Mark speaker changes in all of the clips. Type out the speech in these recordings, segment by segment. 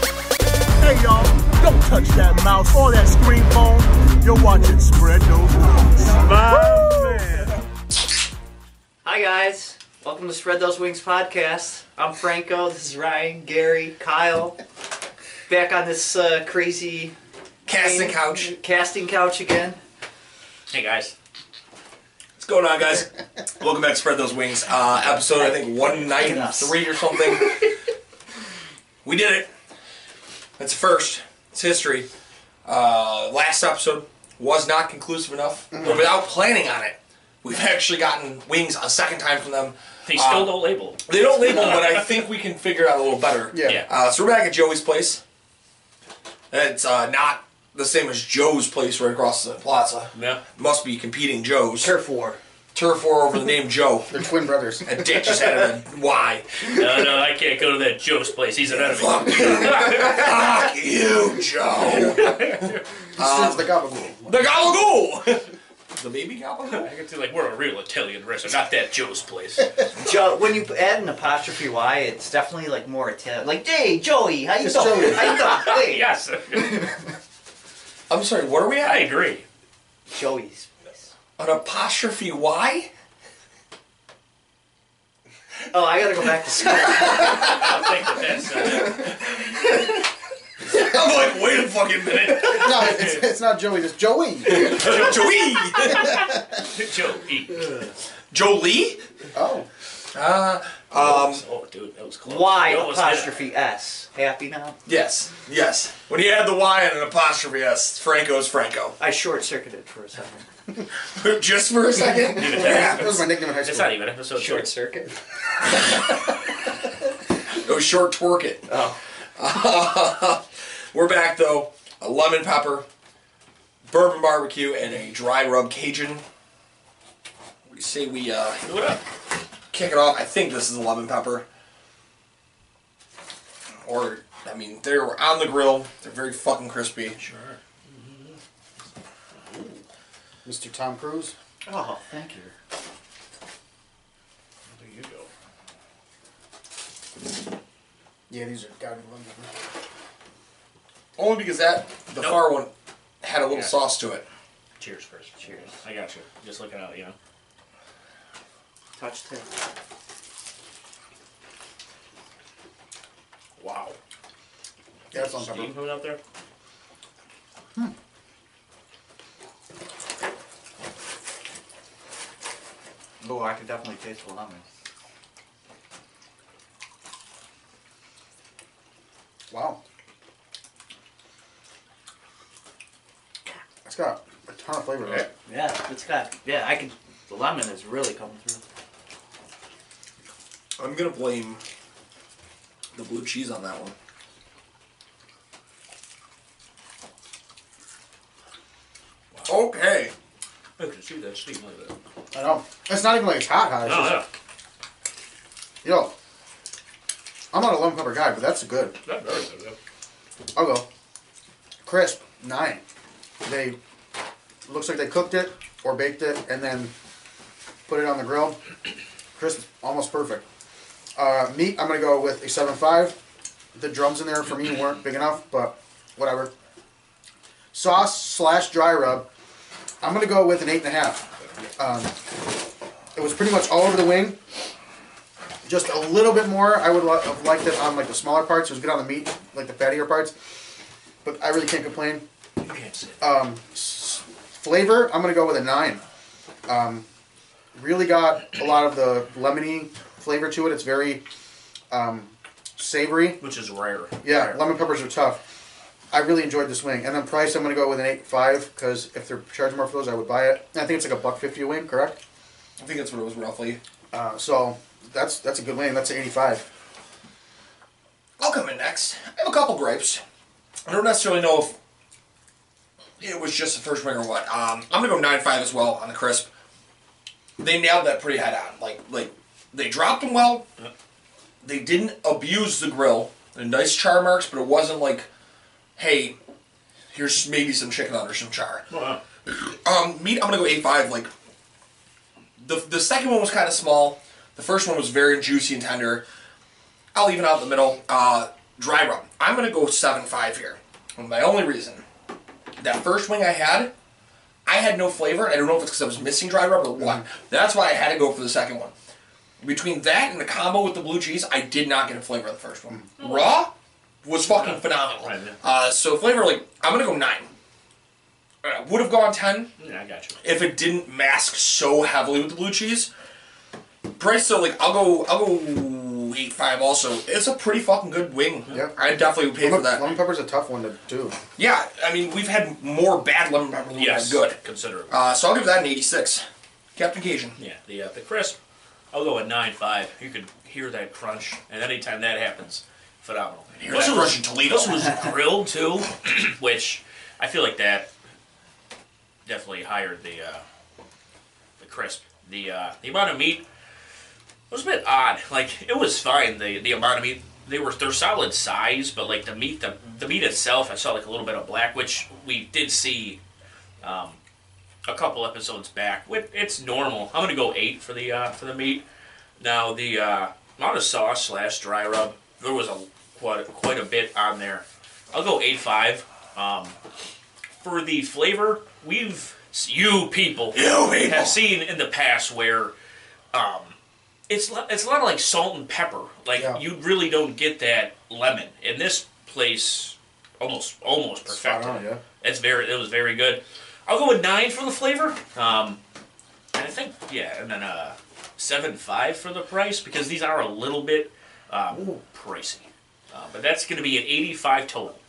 Speaker 1: Hey y'all, don't touch that mouse or that screen phone. You're watching Spread Those Wings.
Speaker 2: Hi guys, welcome to Spread Those Wings podcast. I'm Franco. This is Ryan, Gary, Kyle. Back on this uh, crazy
Speaker 3: Casting couch.
Speaker 2: casting couch again.
Speaker 4: Hey guys.
Speaker 3: What's going on, guys? Welcome back to Spread Those Wings. Uh, episode, I think, 193 or something. we did it. That's a first. It's history. Uh, last episode was not conclusive enough, but without planning on it, we've actually gotten wings a second time from them.
Speaker 4: They still
Speaker 3: Uh,
Speaker 4: don't label.
Speaker 3: They don't label, but I think we can figure it out a little better.
Speaker 4: Yeah. Yeah.
Speaker 3: Uh, so we're back at Joey's place. It's uh, not the same as Joe's place right across the plaza.
Speaker 4: Yeah.
Speaker 3: Must be competing Joe's.
Speaker 5: Turf War.
Speaker 3: turf war over the name Joe.
Speaker 5: They're twin brothers.
Speaker 3: And Dick just had a why.
Speaker 4: No, no, I can't go to that Joe's place. He's an enemy.
Speaker 3: Fuck you. Fuck you, Joe.
Speaker 5: Since the Gabagool.
Speaker 3: The Gabagool. The baby Gabagool?
Speaker 4: I can see like we're a real Italian restaurant, not that Joe's place.
Speaker 2: Joe, when you add an apostrophe Y, it's definitely like more Italian. Like, hey, Joey, how you
Speaker 5: It's
Speaker 2: doing?
Speaker 5: Joey.
Speaker 2: How you doing? Hey,
Speaker 4: yes,
Speaker 3: I'm sorry, what are we
Speaker 4: I
Speaker 3: at?
Speaker 4: agree.
Speaker 2: Joey's.
Speaker 3: An apostrophe Y?
Speaker 2: Oh, I gotta go back to school.
Speaker 4: I think that that's uh,
Speaker 3: I'm like, wait a fucking minute.
Speaker 5: No, it's, it's not Joey, it's Joey.
Speaker 3: Joey!
Speaker 4: Joe E.
Speaker 3: Jolie?
Speaker 5: Oh.
Speaker 4: Oh, dude, that was close. You
Speaker 2: Y
Speaker 4: almost had it.
Speaker 2: apostrophe S. Happy now?
Speaker 3: Yes, yes. When you add the Y and an apostrophe S, Franco's Franco.
Speaker 2: I short circuited for a second.
Speaker 3: Just for a second.
Speaker 5: That was my nickname in high
Speaker 4: It's
Speaker 5: school.
Speaker 4: not even episode
Speaker 2: Short
Speaker 4: short.
Speaker 2: circuit?
Speaker 3: Go short twerk it.
Speaker 2: Oh.
Speaker 3: We're back though. A lemon pepper, bourbon barbecue, and a dry rub Cajun. We say we uh,
Speaker 4: Do it up.
Speaker 3: kick it off. I think this is a lemon pepper. Or I mean, they're on the grill. They're very fucking crispy. Sure.
Speaker 5: Mr. Tom Cruise.
Speaker 2: Oh, thank you.
Speaker 4: There you go.
Speaker 5: Yeah, these are gotta be lemon.
Speaker 3: Only because that the
Speaker 4: Nope.
Speaker 3: far one had a little
Speaker 4: Yeah.
Speaker 3: sauce to it.
Speaker 4: Cheers first. Cheers. I got you. Just looking out, you know.
Speaker 2: Touch tip.
Speaker 4: Wow.
Speaker 5: Yeah, that's on
Speaker 4: Steam
Speaker 5: pepper.
Speaker 4: coming out there.
Speaker 2: Oh, I could definitely taste the lemon.
Speaker 5: Wow. It's got a ton of flavor to it.
Speaker 2: Yeah, it's got. Yeah, I can. The lemon is really coming through.
Speaker 3: I'm gonna blame the blue cheese on that one. Okay.
Speaker 4: I can see that steam like that.
Speaker 5: I know. It's not even like it's hot hot. It's
Speaker 4: No,
Speaker 5: just,
Speaker 4: no,
Speaker 5: Yo. I'm not a lemon pepper guy, but that's good.
Speaker 4: not very good. though.
Speaker 5: I'll go. Crisp, nine. They looks like they cooked it or baked it and then put it on the grill. Crisp, almost perfect. Uh, meat, I'm gonna go with a seven five. The drums in there for me weren't big enough, but whatever. Sauce slash dry rub, I'm gonna go with an eight and a half. Um, it was pretty much all over the wing. Just a little bit more. I would li- have liked it on like the smaller parts. It was good on the meat, like the fattier parts. But I really can't complain.
Speaker 4: You can't see. it.
Speaker 5: Um, s- flavor, I'm gonna go with a nine. Um, really got a lot of the lemony flavor to it. It's very um, savory.
Speaker 4: which is rare.
Speaker 5: Yeah,
Speaker 4: Rare.
Speaker 5: lemon peppers are tough. I really enjoyed this wing, and then price I'm gonna go with an eight five because if they're charging more for those, I would buy it. And I think it's like a buck fifty a wing, correct?
Speaker 3: I think that's what it was roughly.
Speaker 5: Uh, so that's that's a good wing. That's an eighty five.
Speaker 3: I'll come in next. I have a couple gripes. I don't necessarily know if it was just the first wing or what. Um, I'm gonna go nine five as well on the crisp. They nailed that pretty head on. Like like they dropped them well. They didn't abuse the grill. They're nice char marks, but it wasn't like, hey, here's maybe some chicken under some char.
Speaker 4: Wow.
Speaker 3: Um, meat. I'm gonna go eight five. Like the the second one was kind of small. The first one was very juicy and tender. I'll even out the middle. Uh, dry rub. I'm gonna go seven five here. And my only reason that first wing I had, I had no flavor. and I don't know if it's because I was missing dry rub or what.
Speaker 4: Mm-hmm.
Speaker 3: That's why I had to go for the second one. Between that and the combo with the blue cheese, I did not get a flavor of the first one. Raw was fucking phenomenal.
Speaker 4: Right, Mm. yeah.
Speaker 3: Uh, so flavor, like I'm gonna go nine. Uh, Would have gone ten
Speaker 4: Yeah, I got you.
Speaker 3: if it didn't mask so heavily with the blue cheese. Price so like I'll go I'll go eight five also. It's a pretty fucking good wing.
Speaker 5: Yep.
Speaker 3: I definitely would pay for
Speaker 5: Lemon,
Speaker 3: that.
Speaker 5: lemon pepper's a tough one to do.
Speaker 3: Yeah, I mean we've had more bad lemon pepper than we've
Speaker 4: Yes,
Speaker 3: had good.
Speaker 4: Considerable.
Speaker 3: Uh, so I'll give that an eighty six. Captain Cajun.
Speaker 4: yeah, the uh, the crisp. I'll go at nine five. You could hear that crunch, and anytime that happens, phenomenal.
Speaker 3: Hear that crunch in Toledo.
Speaker 4: This was grilled too, which I feel like that definitely hired the uh, the crisp. The uh, the amount of meat was a bit odd. Like it was fine. The the amount of meat they were they're solid size, but like the meat the the meat itself, I saw like a little bit of black, which we did see. Um, a couple episodes back, Which- it's normal. I'm gonna go eight for the uh, for the meat. Now the uh, amount of sauce slash dry rub, there was a quite quite a bit on there. I'll go eight five. Um, for the flavor, we've you people
Speaker 3: You people.
Speaker 4: have seen in the past where um, it's lo- it's a lot of like salt and pepper. Like
Speaker 5: Yeah.
Speaker 4: you really don't get that lemon in this place. Almost almost
Speaker 5: Spot
Speaker 4: perfected.
Speaker 5: on, yeah.
Speaker 4: It's very. It was very good. I'll go with nine for the flavor. Um, and I think yeah, and then uh, seven five for the price because these are a little bit um, pricey. Uh, but that's going to be an eighty-five total.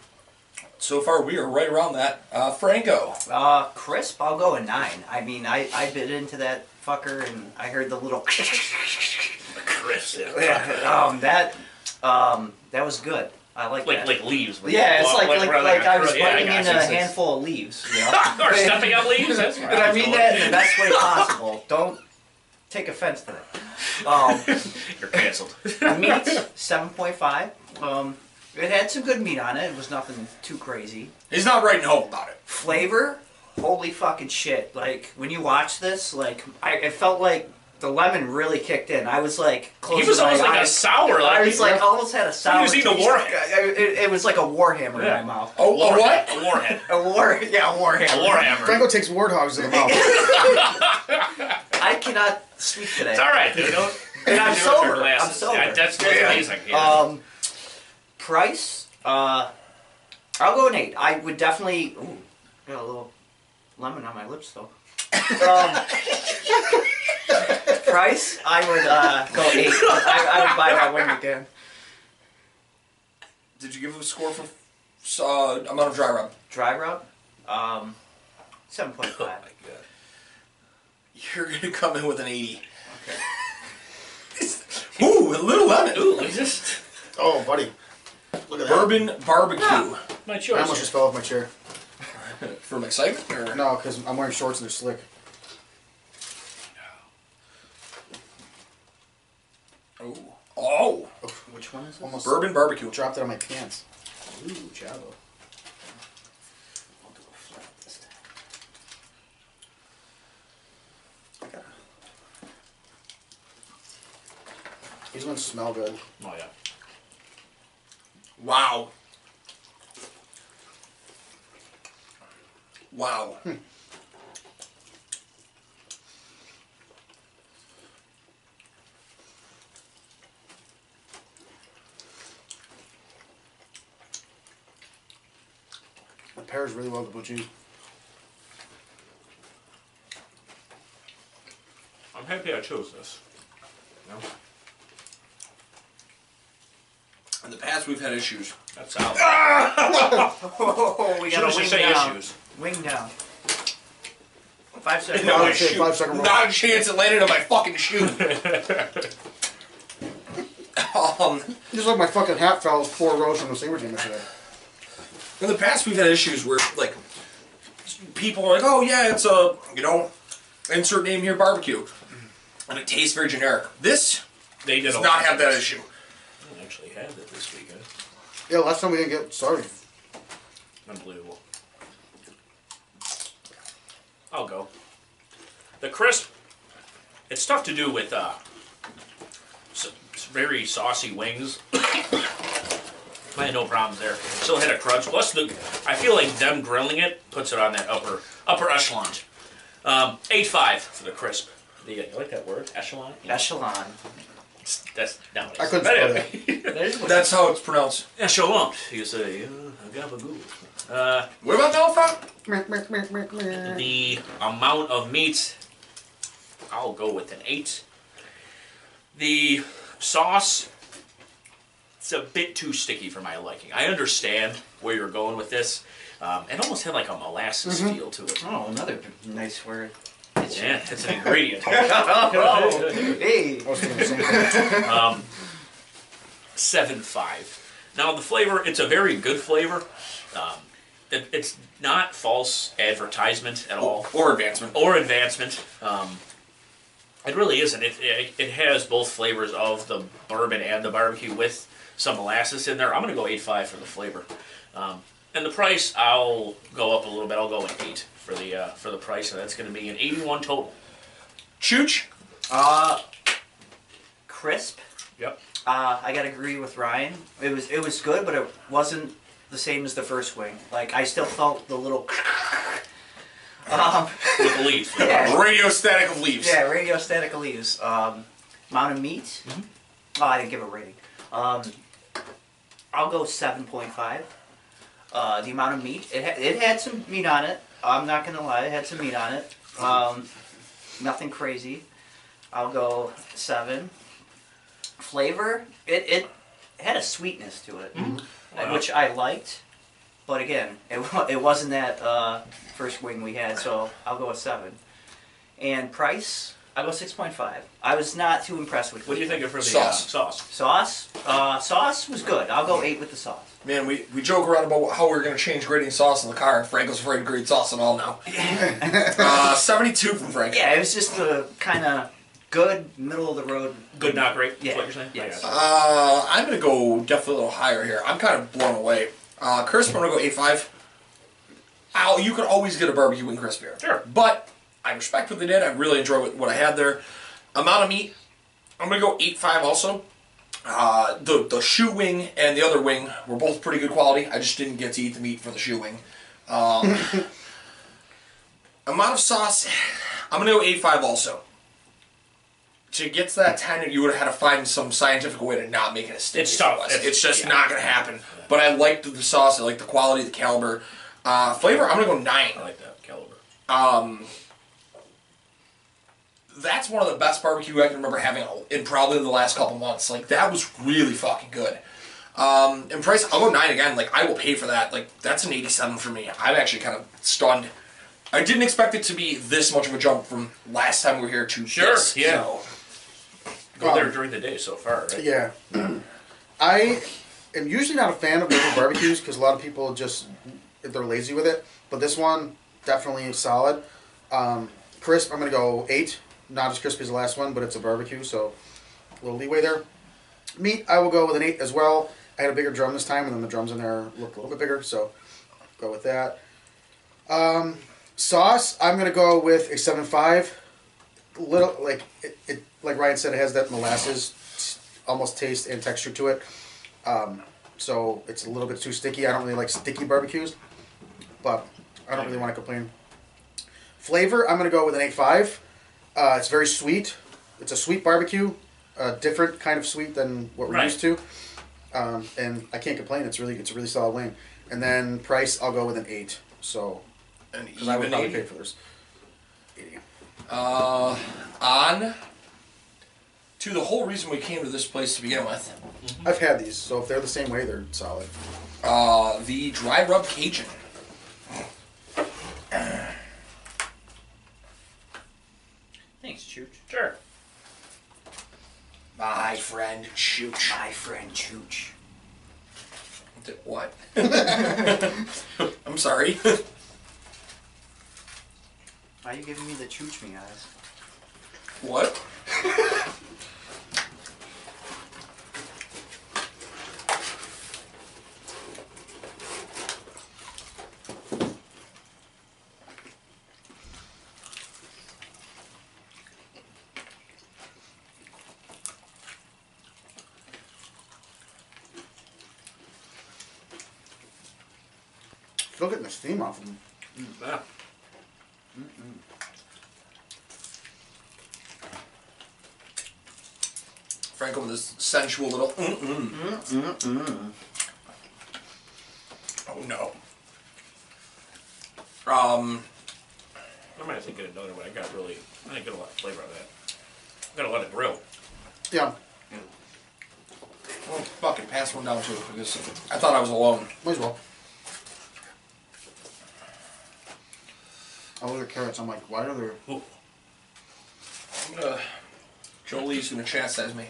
Speaker 3: So far we are right around that. Uh, Franco.
Speaker 2: Uh, crisp. I'll go a nine. I mean, I I bit into that fucker and I heard the little.
Speaker 4: Crisp. Yeah.
Speaker 2: Yeah, um, that um, that was good. I like,
Speaker 4: Like
Speaker 2: that.
Speaker 4: like leaves.
Speaker 2: yeah, it's
Speaker 4: Well,
Speaker 2: like like
Speaker 4: rather-
Speaker 2: like I was
Speaker 4: yeah,
Speaker 2: biting
Speaker 4: got
Speaker 2: in
Speaker 4: you.
Speaker 2: a handful of leaves. You know?
Speaker 4: or stepping on leaves. That's
Speaker 2: And I mean that in the best way possible. Don't take offense to that. Um,
Speaker 4: You're canceled.
Speaker 2: meat, seven point five. Um, it had some good meat on it. It was nothing too crazy.
Speaker 3: He's not writing home about it.
Speaker 2: Flavor, holy fucking shit! Like when you watch this, like I it felt like the lemon really kicked in. I was like,
Speaker 4: he was
Speaker 2: closing my
Speaker 4: almost like a
Speaker 2: eyes.
Speaker 4: sour.
Speaker 2: I
Speaker 4: Like,
Speaker 2: was like, almost had a sour.
Speaker 4: was eating a
Speaker 2: taste.
Speaker 4: warhead.
Speaker 2: I- I- It, it was like a war hammer
Speaker 4: Yeah.
Speaker 2: in my mouth.
Speaker 3: Oh, oh what?
Speaker 4: A warhead.
Speaker 2: A war, yeah, a war
Speaker 4: A
Speaker 2: hammer.
Speaker 4: warhammer.
Speaker 5: Franco takes warthogs to the mouth.
Speaker 2: I cannot speak today.
Speaker 4: It's all right, dude. Don't-
Speaker 2: And I'm
Speaker 4: don't do it
Speaker 2: sober.
Speaker 4: with your glasses.
Speaker 2: I'm sober.
Speaker 4: Yeah, that's that's amazing. Yeah.
Speaker 2: Um, price, uh, I'll go an eight. I would definitely. Ooh, got a little lemon on my lips though. Um, price, I would uh, go eight. I, I would buy that wing again.
Speaker 3: Did you give him a score for uh, amount of dry rub?
Speaker 2: Dry rub, um, seven point five.
Speaker 3: God. You're gonna come in with an eighty. Ooh, a little lemon.
Speaker 4: Ooh, we just
Speaker 5: oh, buddy, look at that.
Speaker 3: Bourbon barbecue.
Speaker 4: my
Speaker 5: I
Speaker 4: choice.
Speaker 5: almost just fell off my chair.
Speaker 3: From excitement or
Speaker 5: No, because I'm wearing shorts and they're slick.
Speaker 3: Ooh. Oh.
Speaker 2: Which one is this?
Speaker 5: Almost
Speaker 3: Bourbon barbecue.
Speaker 5: dropped it on my pants.
Speaker 2: Ooh, Jabo.
Speaker 5: These ones smell good.
Speaker 4: Oh yeah.
Speaker 3: Wow. Wow.
Speaker 5: It pairs really well with the blue cheese.
Speaker 4: I'm I'm happy I chose this.
Speaker 6: In the past, we've had issues.
Speaker 4: That's out.
Speaker 2: Oh, we got a wing
Speaker 4: Should've just said
Speaker 2: down.
Speaker 4: issues.
Speaker 2: Wing down. Five seconds.
Speaker 5: No. I would
Speaker 6: a
Speaker 5: say
Speaker 6: shoe.
Speaker 5: five second roll.
Speaker 6: Not a chance it landed on my fucking shoe. um,
Speaker 5: Just like my fucking hat fell four rows from the Saber team yesterday.
Speaker 6: in the past, we've had issues where, like, people are like, oh, yeah, it's a, you know, insert name here barbecue. And it tastes very generic. This
Speaker 4: They did
Speaker 6: does not have that issue.
Speaker 4: I don't actually had it this weekend.
Speaker 5: Yeah, last time we didn't get started.
Speaker 4: Unbelievable. I'll go. The crisp. It's tough to do with uh, s- s- very saucy wings. I had no problems there. Still had a crunch. Plus, the I feel like them grilling it puts it on that upper upper echelon. Um, eight five for the crisp. The, I like that word, echelon.
Speaker 2: Echelon.
Speaker 4: That's not
Speaker 5: I couldn't spell
Speaker 4: Anyway.
Speaker 5: that.
Speaker 2: There's one.
Speaker 6: That's how it's pronounced.
Speaker 4: Echelon. You say uh, gabagool. Uh,
Speaker 6: What about Delphi?
Speaker 5: Meh, meh, meh, meh, meh.
Speaker 4: the amount of meat, I'll go with an eight. The sauce, it's a bit too sticky for my liking. I understand where you're going with this. Um, it almost had like a molasses feel to it.
Speaker 2: Oh, another nice word.
Speaker 4: Yeah, it's an ingredient.
Speaker 2: Hey.
Speaker 5: I was thinking the same thing.
Speaker 4: seven five. Now the flavor, it's a very good flavor. Um, it, it's not false advertisement at all.
Speaker 6: Or advancement.
Speaker 4: or advancement. Um, it really isn't. It, it it has both flavors of the bourbon and the barbecue with some molasses in there. I'm gonna go eight five for the flavor, um, and the price I'll go up a little bit. I'll go an eight for the uh, for the price, and that's gonna be an eighty one total.
Speaker 6: Chooch?
Speaker 2: Uh, crisp.
Speaker 4: Yep.
Speaker 2: Uh, I gotta agree with Ryan. It was it was good, but it wasn't the same as the first wing. Like I still felt the little. um,
Speaker 4: With the leaves.
Speaker 6: Radio static of leaves.
Speaker 2: yeah, radio static leaves. Um, amount of meat. Oh, I didn't give a rating. Um, I'll go seven point five. Uh, the amount of meat. It ha- it had some meat on it. I'm not gonna lie, it had some meat on it. Um, nothing crazy. I'll go seven. Flavor. It it had a sweetness to it,
Speaker 4: Mm-hmm.
Speaker 2: uh, which I liked. But again, it, wa- it wasn't that uh, first wing we had, so I'll go with seven. And price, I go six point five. I was not too impressed with.
Speaker 4: What do you
Speaker 2: this
Speaker 4: think of for the
Speaker 6: Sauce.
Speaker 4: Uh, sauce?
Speaker 2: Sauce, uh, sauce was good. I'll go eight with the sauce.
Speaker 6: Man, we, we joke around about how we're going to change grading sauce in the car, and Franco's afraid to grade sauce and all now. uh, 72 from Frank.
Speaker 2: Yeah, it was just a kind of good middle of the road.
Speaker 4: Good, not great. is
Speaker 2: Yeah.
Speaker 4: What you're saying?
Speaker 2: Yes.
Speaker 4: I got
Speaker 6: Uh, I'm going to go definitely a little higher here. I'm kind of blown away. Uh, crisp, I'm going to go 8.5. Ow, you could always get a barbecue wing crisp here.
Speaker 4: Sure.
Speaker 6: But I respect what they did. I really enjoy what, what I had there. Amount of meat, I'm going to go 8.5 also. Uh, the, the shoe wing and the other wing were both pretty good quality. I just didn't get to eat the meat for the shoe wing. Um, Amount of sauce, I'm gonna go 8.5 also. To get to that 10, you would have had to find some scientific way to not make it a sticky
Speaker 4: It's tough.
Speaker 6: sauce.
Speaker 4: It's-
Speaker 6: It's, just
Speaker 4: yeah.
Speaker 6: not gonna happen. But I liked the sauce, I liked the quality, the caliber. Uh, flavor, I'm gonna go 9.
Speaker 4: I like that caliber.
Speaker 6: That's one of the best barbecue I can remember having in probably the last couple months. Like, that was really fucking good. Um, and price, I'll go 9 again. Like, I will pay for that. Like, that's an 87 for me. I'm actually kind of stunned. I didn't expect it to be this much of a jump from last time we were here to
Speaker 4: Sure,
Speaker 6: this,
Speaker 4: yeah.
Speaker 6: so.
Speaker 4: Go there during the day so far, right?
Speaker 5: Yeah. I am usually not a fan of local barbecues because a lot of people just they're lazy with it. But this one definitely is solid. Um, crisp. I'm gonna go eight. Not as crispy as the last one, but it's a barbecue, so a little leeway there. Meat. I will go with an eight as well. I had a bigger drum this time, and then the drums in there looked a little bit bigger, so go with that. Um, sauce. I'm gonna go with a seven five. Little like it, it like Ryan said, it has that molasses almost taste and texture to it. Um, so it's a little bit too sticky. I don't really like sticky barbecues, but I don't really want to complain. Flavor, I'm gonna go with an 8.5. Uh, it's very sweet. It's a sweet barbecue, a different kind of sweet than what we're
Speaker 4: Right.
Speaker 5: used to. Um, and I can't complain. It's really it's a really solid wing. And then price, I'll go with an eight. So
Speaker 6: And
Speaker 5: because I would
Speaker 6: even
Speaker 5: probably
Speaker 6: eighty.
Speaker 5: pay for this.
Speaker 6: Uh, on to the whole reason we came to this place to begin with.
Speaker 5: I've had these, so if they're the same way, they're solid.
Speaker 6: Uh, the dry rub Cajun.
Speaker 2: Thanks, Chooch.
Speaker 4: Sure.
Speaker 6: My friend Chooch.
Speaker 2: My friend Chooch.
Speaker 6: D- What? I'm sorry.
Speaker 2: Why are you giving me the Chooch me eyes?
Speaker 6: What?
Speaker 5: Still getting the steam off of them.
Speaker 4: Yeah.
Speaker 6: Franco with this sensual little. Mm-mm. Oh no. Um,
Speaker 4: I might have to get another one. I got really, I didn't get a lot of flavor out of that. I got a lot of grill.
Speaker 5: Yeah,
Speaker 6: well, fucking pass one down too because I thought I was alone.
Speaker 5: might as well. I look at carrots. I'm like, why are there?
Speaker 4: Ooh.
Speaker 6: I'm gonna, Jolie's gonna chastise me.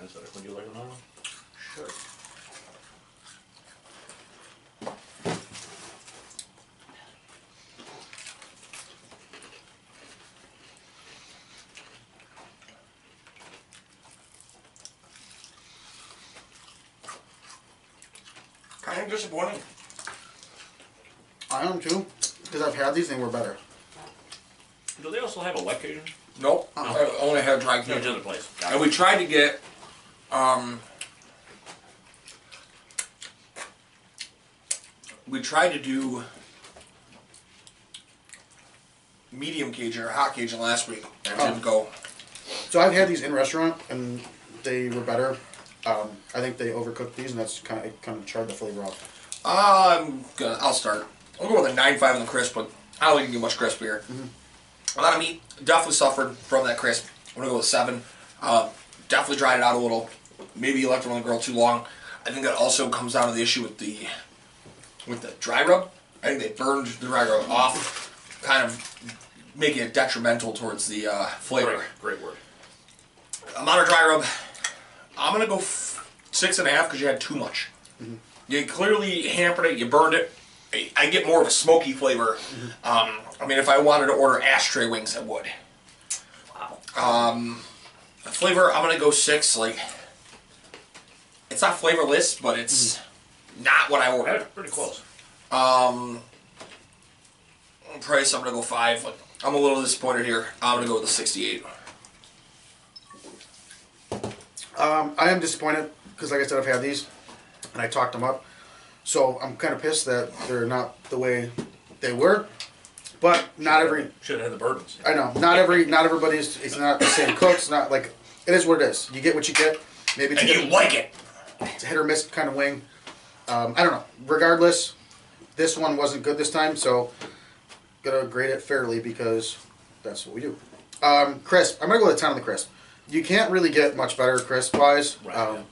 Speaker 4: That's better. Would you like another one?
Speaker 2: Sure.
Speaker 6: Kind of disappointing.
Speaker 5: I am too, because I've had these and they were better.
Speaker 4: Do they also have a wet Cajun?
Speaker 6: Nope. I only had dry
Speaker 4: No, it's
Speaker 6: Cajun.
Speaker 4: another place.
Speaker 6: And we tried to get um we tried to do medium Cajun or hot Cajun last week. That
Speaker 5: Oh.
Speaker 6: didn't go.
Speaker 5: So I've had these in restaurant and they were better. Um, I think they overcooked these and that's kind of kind of charred the flavor off.
Speaker 6: I'm gonna I'll start. I'll go with a nine five on the crisp, but I don't think you can get much crispier. A lot of meat definitely suffered from that crisp. I'm gonna go with seven. Uh, definitely dried it out a little. Maybe you left it on the grill too long. I think that also comes down to the issue with the with the dry rub. I think they burned the dry rub off, kind of making it detrimental towards the uh, flavor.
Speaker 4: Great, great word.
Speaker 6: Amount of dry rub. I'm gonna go f- six and a half because you had too much. You clearly hampered it. You burned it. I- I get more of a smoky flavor. Um, I mean, if I wanted to order ashtray wings, I would. Um,
Speaker 2: Wow.
Speaker 6: Flavor, I'm gonna go six. Like, it's not flavorless, but it's not what I
Speaker 4: That's
Speaker 6: ordered.
Speaker 4: pretty close.
Speaker 6: Price, I'm gonna go five. Like, I'm a little disappointed here. I'm gonna go with a 68.
Speaker 5: Um, I am disappointed because, like I said, I've had these and I talked them up. So I'm kind of pissed that they're not the way they were. But not every
Speaker 4: Should have had the bourbons.
Speaker 5: I know. Not every. Not everybody's. It's not the same cook. It's not like. It is what it is. You get what you get. Maybe it's,
Speaker 6: And
Speaker 5: a
Speaker 6: you
Speaker 5: hit,
Speaker 6: like it?
Speaker 5: it's a hit or miss kind of wing. Um, I don't know. Regardless, this one wasn't good this time, so gotta grade it fairly because that's what we do. Um, crisp. I'm gonna go with a ton on the crisp. You can't really get much better crisp wise.
Speaker 4: Right, yeah.
Speaker 5: Um,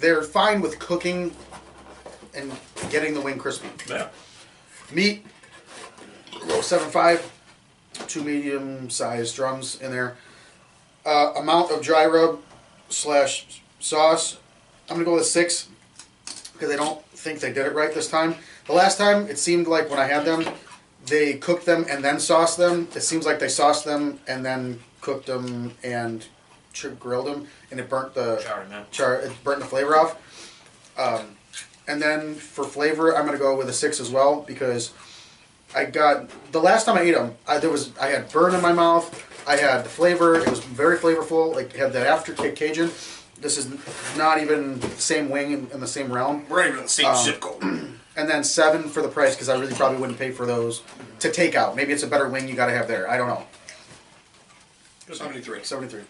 Speaker 5: they're fine with cooking and getting the wing crispy
Speaker 4: Yeah.
Speaker 5: meat, roll seven five, two medium sized drums in there. Uh, amount of dry rub slash sauce. I'm gonna go with six because I don't think they did it right this time. The last time it seemed like when I had them, they cooked them and then sauced them. It seems like they sauced them and then cooked them and tr- grilled them, and it burnt the
Speaker 4: Sorry, man.
Speaker 5: char it burnt the flavor off. Um, and then for flavor, I'm gonna go with a six as well because I got the last time I ate them, I, there was I had burn in my mouth. I had the flavor; it was very flavorful. Like had that afterkick Cajun. This is not even the same wing in, in the same realm.
Speaker 6: We're not even in the same zip code.
Speaker 5: And then seven for the price because I really probably wouldn't pay for those to take out. Maybe it's a better wing you got to have there. I don't know.
Speaker 6: 73.
Speaker 5: Seventy three.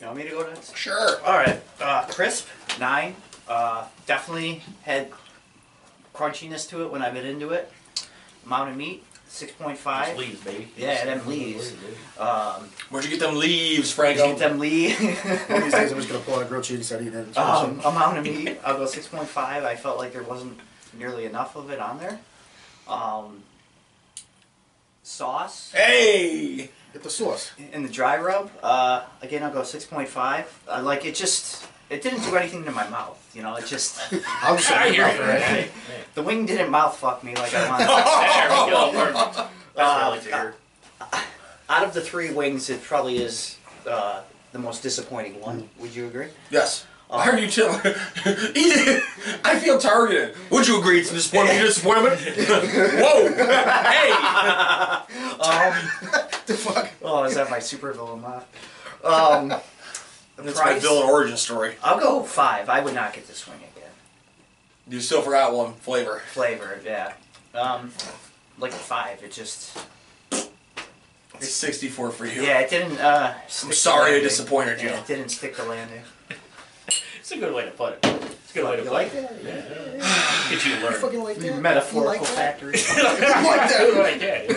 Speaker 2: You want me to go next?
Speaker 6: Sure.
Speaker 2: All right, uh, crisp nine. Uh, definitely had crunchiness to it when I bit into it. Amount of meat, six point five.
Speaker 4: Please, baby.
Speaker 2: Yeah, them leaves. Um,
Speaker 6: Where'd you get them leaves,
Speaker 2: get
Speaker 6: Franco?
Speaker 2: them leaves.
Speaker 5: One of these days I'm just gonna pull out grilled cheese and start eating it. It's
Speaker 2: um,
Speaker 4: Oh.
Speaker 5: awesome.
Speaker 2: amount of meat, I'll go six point five. I felt like there wasn't nearly enough of it on there. Um, sauce.
Speaker 6: Hey!
Speaker 5: Get the sauce.
Speaker 2: in the dry rub, uh, again, I'll go 6.5. Uh, like, it just, it didn't do anything to my mouth. You know, it just,
Speaker 5: I'll just
Speaker 4: I hear you.
Speaker 5: right?
Speaker 4: Hey,
Speaker 2: the wing didn't mouth fuck me like I wanted.
Speaker 4: There we go. Perfect. That's what I like to hear.
Speaker 2: Out of the three wings, it probably is uh, the most disappointing one. Would you agree?
Speaker 6: Yes. Why are you chilling? Eat it. I feel targeted. Would you agree it's a disappointment? You're disappointment? Whoa! hey!
Speaker 2: Oh, is that my supervillain laugh? Um, the
Speaker 6: That's my
Speaker 2: price,
Speaker 6: villain origin story.
Speaker 2: I'll go 5. I would not get this wing again.
Speaker 6: You still forgot one flavor.
Speaker 2: Flavor, yeah. Um, like a 5. It just,
Speaker 6: It's 64 for you.
Speaker 2: yeah, it didn't. Uh, stick
Speaker 6: I'm
Speaker 2: the
Speaker 6: sorry I
Speaker 2: landing.
Speaker 6: disappointed you.
Speaker 2: Yeah, it didn't stick the landing.
Speaker 4: It's a good way to put it. It's a good way to
Speaker 2: You
Speaker 4: put
Speaker 2: like
Speaker 4: it.
Speaker 2: that?
Speaker 4: Could you learn?
Speaker 5: Fucking like that.
Speaker 2: Metaphorical
Speaker 5: You like that?
Speaker 2: factory.
Speaker 4: That's what I did.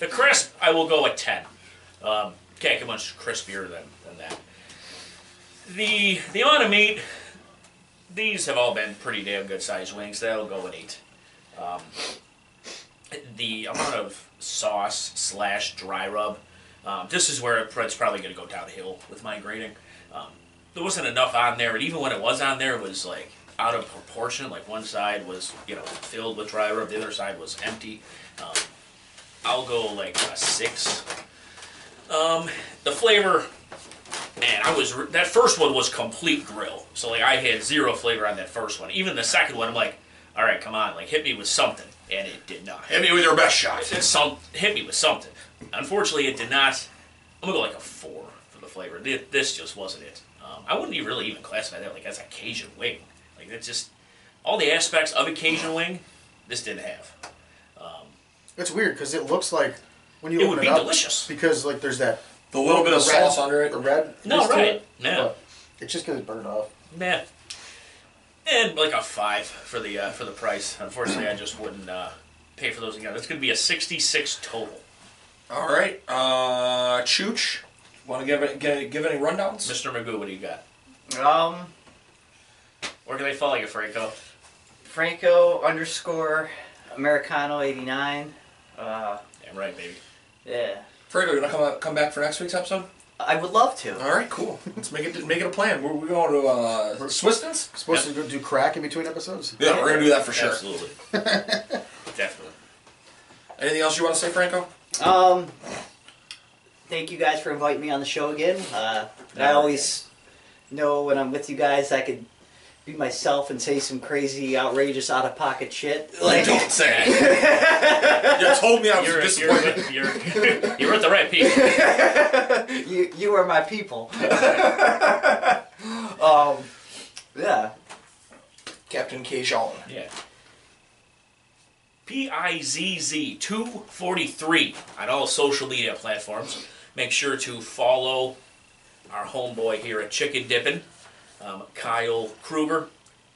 Speaker 4: the crisp, I will go at 10. Um, can't get much crispier than, than that. The the amount of meat, these have all been pretty damn good sized wings. That'll go at 8. Um, the amount of sauce slash dry rub, um, this is where it's probably going to go downhill with my grading. Um, there wasn't enough on there, and even when it was on there, it was like out of proportion. Like one side was, you know, filled with dry rub, the other side was empty. Um, I'll go like a six. Um, the flavor, man, I was re- that first one was complete grill. So like I had zero flavor on that first one. Even the second one, I'm like, all right, come on, like hit me with something, and it did not.
Speaker 6: Hit me with your best shot.
Speaker 4: It some, hit me with something. Unfortunately, it did not. I'm gonna go like a four for the flavor. Thi- This just wasn't it. Um, I wouldn't even really even classify that like as a Cajun wing. Like that's just all the aspects of a Cajun wing. This didn't have.
Speaker 5: It's weird because it looks like when you
Speaker 4: It
Speaker 5: open
Speaker 4: would be
Speaker 5: it up,
Speaker 4: delicious.
Speaker 5: because like there's that
Speaker 6: The little bit of
Speaker 5: the red-
Speaker 6: sauce under it.
Speaker 5: the red.
Speaker 4: No,
Speaker 5: is to
Speaker 4: right?
Speaker 5: it,
Speaker 4: Yeah,
Speaker 5: but It's just because it burned off.
Speaker 4: nah. And like a five for the uh, for the price. Unfortunately, I just wouldn't uh, pay for those again. That's gonna be a 66 total.
Speaker 6: All right. Uh, Chooch, want to give it give, give any rundowns?
Speaker 4: Mr. Magoo, what do you got?
Speaker 2: Um,
Speaker 4: Where can they follow you, Franco?
Speaker 2: Franco underscore Americano eighty nine. Uh,
Speaker 4: Damn right, baby.
Speaker 2: yeah,
Speaker 6: Fredo, you gonna come out- come back for next week's episode?
Speaker 2: I would love to.
Speaker 6: All right, cool. Let's make it make it a plan. We're, we're going to uh, Swistons.
Speaker 5: Supposed to go do crack in between episodes.
Speaker 6: Yeah, we're gonna do that for sure.
Speaker 4: Absolutely. Definitely.
Speaker 6: Anything else you want to say, Franco?
Speaker 2: Um, thank you guys for inviting me on the show again. Uh, I always know when I'm with you guys, I could be myself and say some crazy, outrageous, out of pocket shit. Like,
Speaker 6: Don't say it. you told me I was
Speaker 4: You're, you're,
Speaker 6: disappointed.
Speaker 4: with- you're, you're with the right people.
Speaker 2: you you are my people. um, yeah.
Speaker 6: Captain Cajun.
Speaker 4: Yeah. P I Z Z 243 on all social media platforms. Make sure to follow our homeboy here at Chicken Dippin', um, Kyle Kruger.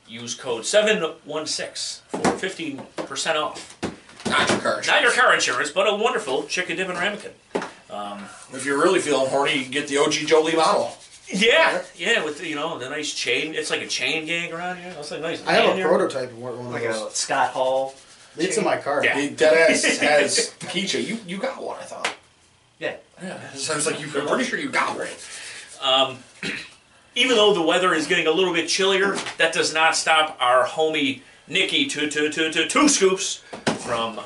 Speaker 4: Use code 716 for 15% off.
Speaker 6: Not your car.
Speaker 4: Not your car insurance, but a wonderful Chicken Dippin' ramekin.
Speaker 6: If you're really feeling horny, you can get the OG Jolie model.
Speaker 4: Yeah, yeah, with you know the nice chain. It's like a chain gang around here. That's like nice.
Speaker 5: I have
Speaker 4: Hand
Speaker 5: a
Speaker 4: here.
Speaker 5: prototype of one one of
Speaker 2: Like a
Speaker 5: those.
Speaker 2: Scott Hall.
Speaker 5: It's in my car.
Speaker 4: Yeah.
Speaker 6: The deadass has Keisha. You you got one, I thought.
Speaker 2: Yeah.
Speaker 6: Yeah. So I was like, you, I'm pretty sure you got one.
Speaker 4: even though the weather is getting a little bit chillier, that does not stop our homie Nikki two two two two two scoops from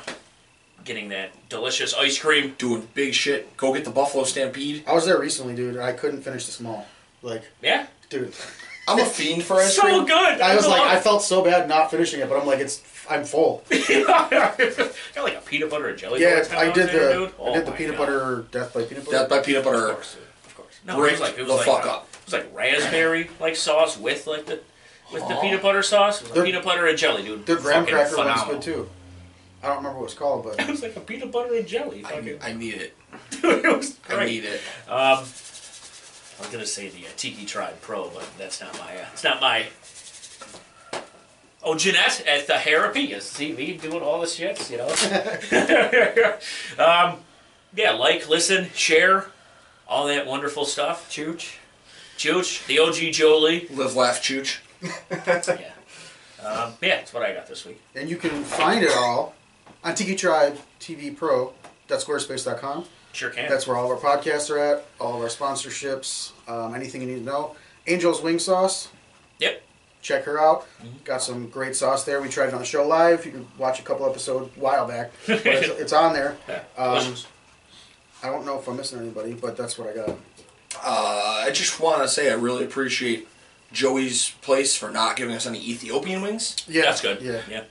Speaker 4: getting that delicious ice cream.
Speaker 6: Doing big shit. Go get the Buffalo Stampede.
Speaker 5: I was there recently, dude. and I couldn't finish the small. Like,
Speaker 4: Yeah,
Speaker 5: dude,
Speaker 6: I'm a fiend for ice
Speaker 4: so
Speaker 6: cream.
Speaker 4: good.
Speaker 5: I was like, I
Speaker 4: love
Speaker 5: felt so bad not finishing it, but I'm like, it's I'm full.
Speaker 4: it. got like a peanut butter and jelly.
Speaker 5: Yeah,
Speaker 4: sandwich
Speaker 5: I
Speaker 4: down
Speaker 5: did
Speaker 4: there,
Speaker 5: the
Speaker 4: dude.
Speaker 5: I
Speaker 4: Oh
Speaker 5: did the
Speaker 4: my
Speaker 5: peanut
Speaker 4: God.
Speaker 5: butter death by peanut butter.
Speaker 6: Death by peanut butter.
Speaker 4: Of course, dude, of course. No, it
Speaker 6: Break
Speaker 4: was like it was
Speaker 6: the
Speaker 4: like
Speaker 6: fuck
Speaker 4: uh,
Speaker 6: up.
Speaker 4: It was like raspberry like sauce with like the with the peanut butter sauce. It was
Speaker 5: They're-
Speaker 4: like peanut butter and jelly, dude.
Speaker 5: The graham
Speaker 4: Fucking
Speaker 5: cracker one's
Speaker 4: phenomenal.
Speaker 5: good too. I don't remember what it's called, but
Speaker 4: It was like a peanut butter and jelly. Fucking,
Speaker 6: I, I need it.
Speaker 4: dude, it was
Speaker 6: I
Speaker 4: great.
Speaker 6: need it.
Speaker 4: I was gonna say the uh, Tiki Tribe Pro, but that's not my. Uh, it's not my Oh, Jeanette at the Harapy is TV doing all the shits, you know. um, yeah, like, listen, share, all that wonderful stuff.
Speaker 2: Chooch.
Speaker 4: Chooch, the OG Jolie.
Speaker 6: Live, laugh, chooch.
Speaker 4: Yeah. Um, yeah, that's what I got this week.
Speaker 5: And you can find it all on Tiki Tribe TV Pro. Squarespace.com.
Speaker 4: Sure can.
Speaker 5: That's where all of our podcasts are at, all of our sponsorships, um, anything you need to know. Angel's Wing Sauce,
Speaker 4: yep.
Speaker 5: check her out. Got some great sauce there. We tried it on the show live. You can watch a couple episodes a while back. But it's, it's on there. Um, I don't know if I'm missing anybody, but that's what I got.
Speaker 6: Uh, I just want to say I really appreciate Joey's place for not giving us any Ethiopian wings.
Speaker 5: Yeah,
Speaker 4: That's good.
Speaker 5: Yeah,
Speaker 4: yeah.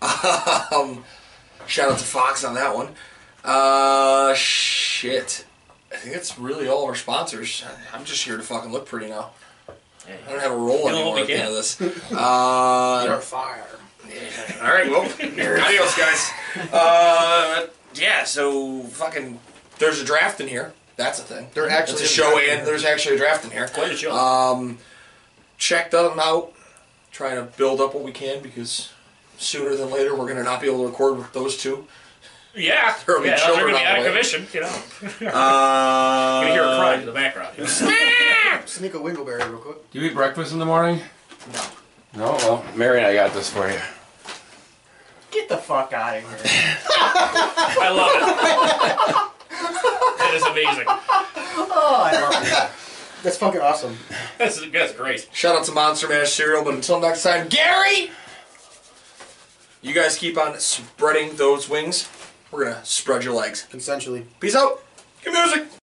Speaker 6: Shout out to Fox on that one. Uh, shit. I think that's really all of our sponsors. I- I'm just here to fucking look pretty now.
Speaker 4: Yeah.
Speaker 6: I don't have a role
Speaker 4: know
Speaker 6: anymore
Speaker 4: what
Speaker 6: at
Speaker 4: we
Speaker 6: the
Speaker 4: can.
Speaker 6: end of this.
Speaker 5: You're
Speaker 6: Uh,
Speaker 5: fire.
Speaker 6: all right, well, adios, guys. Uh, yeah, so fucking, there's a draft in here. That's a thing.
Speaker 5: There actually
Speaker 6: It's a
Speaker 5: is a
Speaker 6: show,
Speaker 5: draft in
Speaker 6: and
Speaker 5: here.
Speaker 6: there's actually a draft in here.
Speaker 4: Quite a show.
Speaker 6: check them out. Trying to build up what we can because sooner than later we're gonna not be able to record with those two.
Speaker 4: yeah.
Speaker 6: there will be
Speaker 4: yeah, they're
Speaker 6: children
Speaker 4: going to
Speaker 6: on
Speaker 4: be out
Speaker 6: the
Speaker 4: of
Speaker 6: way.
Speaker 4: commission, you know.
Speaker 6: Uh,
Speaker 4: You're going to hear a cry in the background. you know.
Speaker 5: Sneak a Wingleberry real quick.
Speaker 7: Do you eat breakfast in the morning? No. No? Well, Mary and I got this for you.
Speaker 2: Get the fuck out of here.
Speaker 4: I love it. that is amazing.
Speaker 5: That's fucking awesome.
Speaker 4: That's, that's great.
Speaker 6: Shout out to Monster Mash Cereal, but until next time, Gary! You guys keep on spreading those wings. We're gonna spread your legs.
Speaker 5: Consensually.
Speaker 6: Peace out. Good music.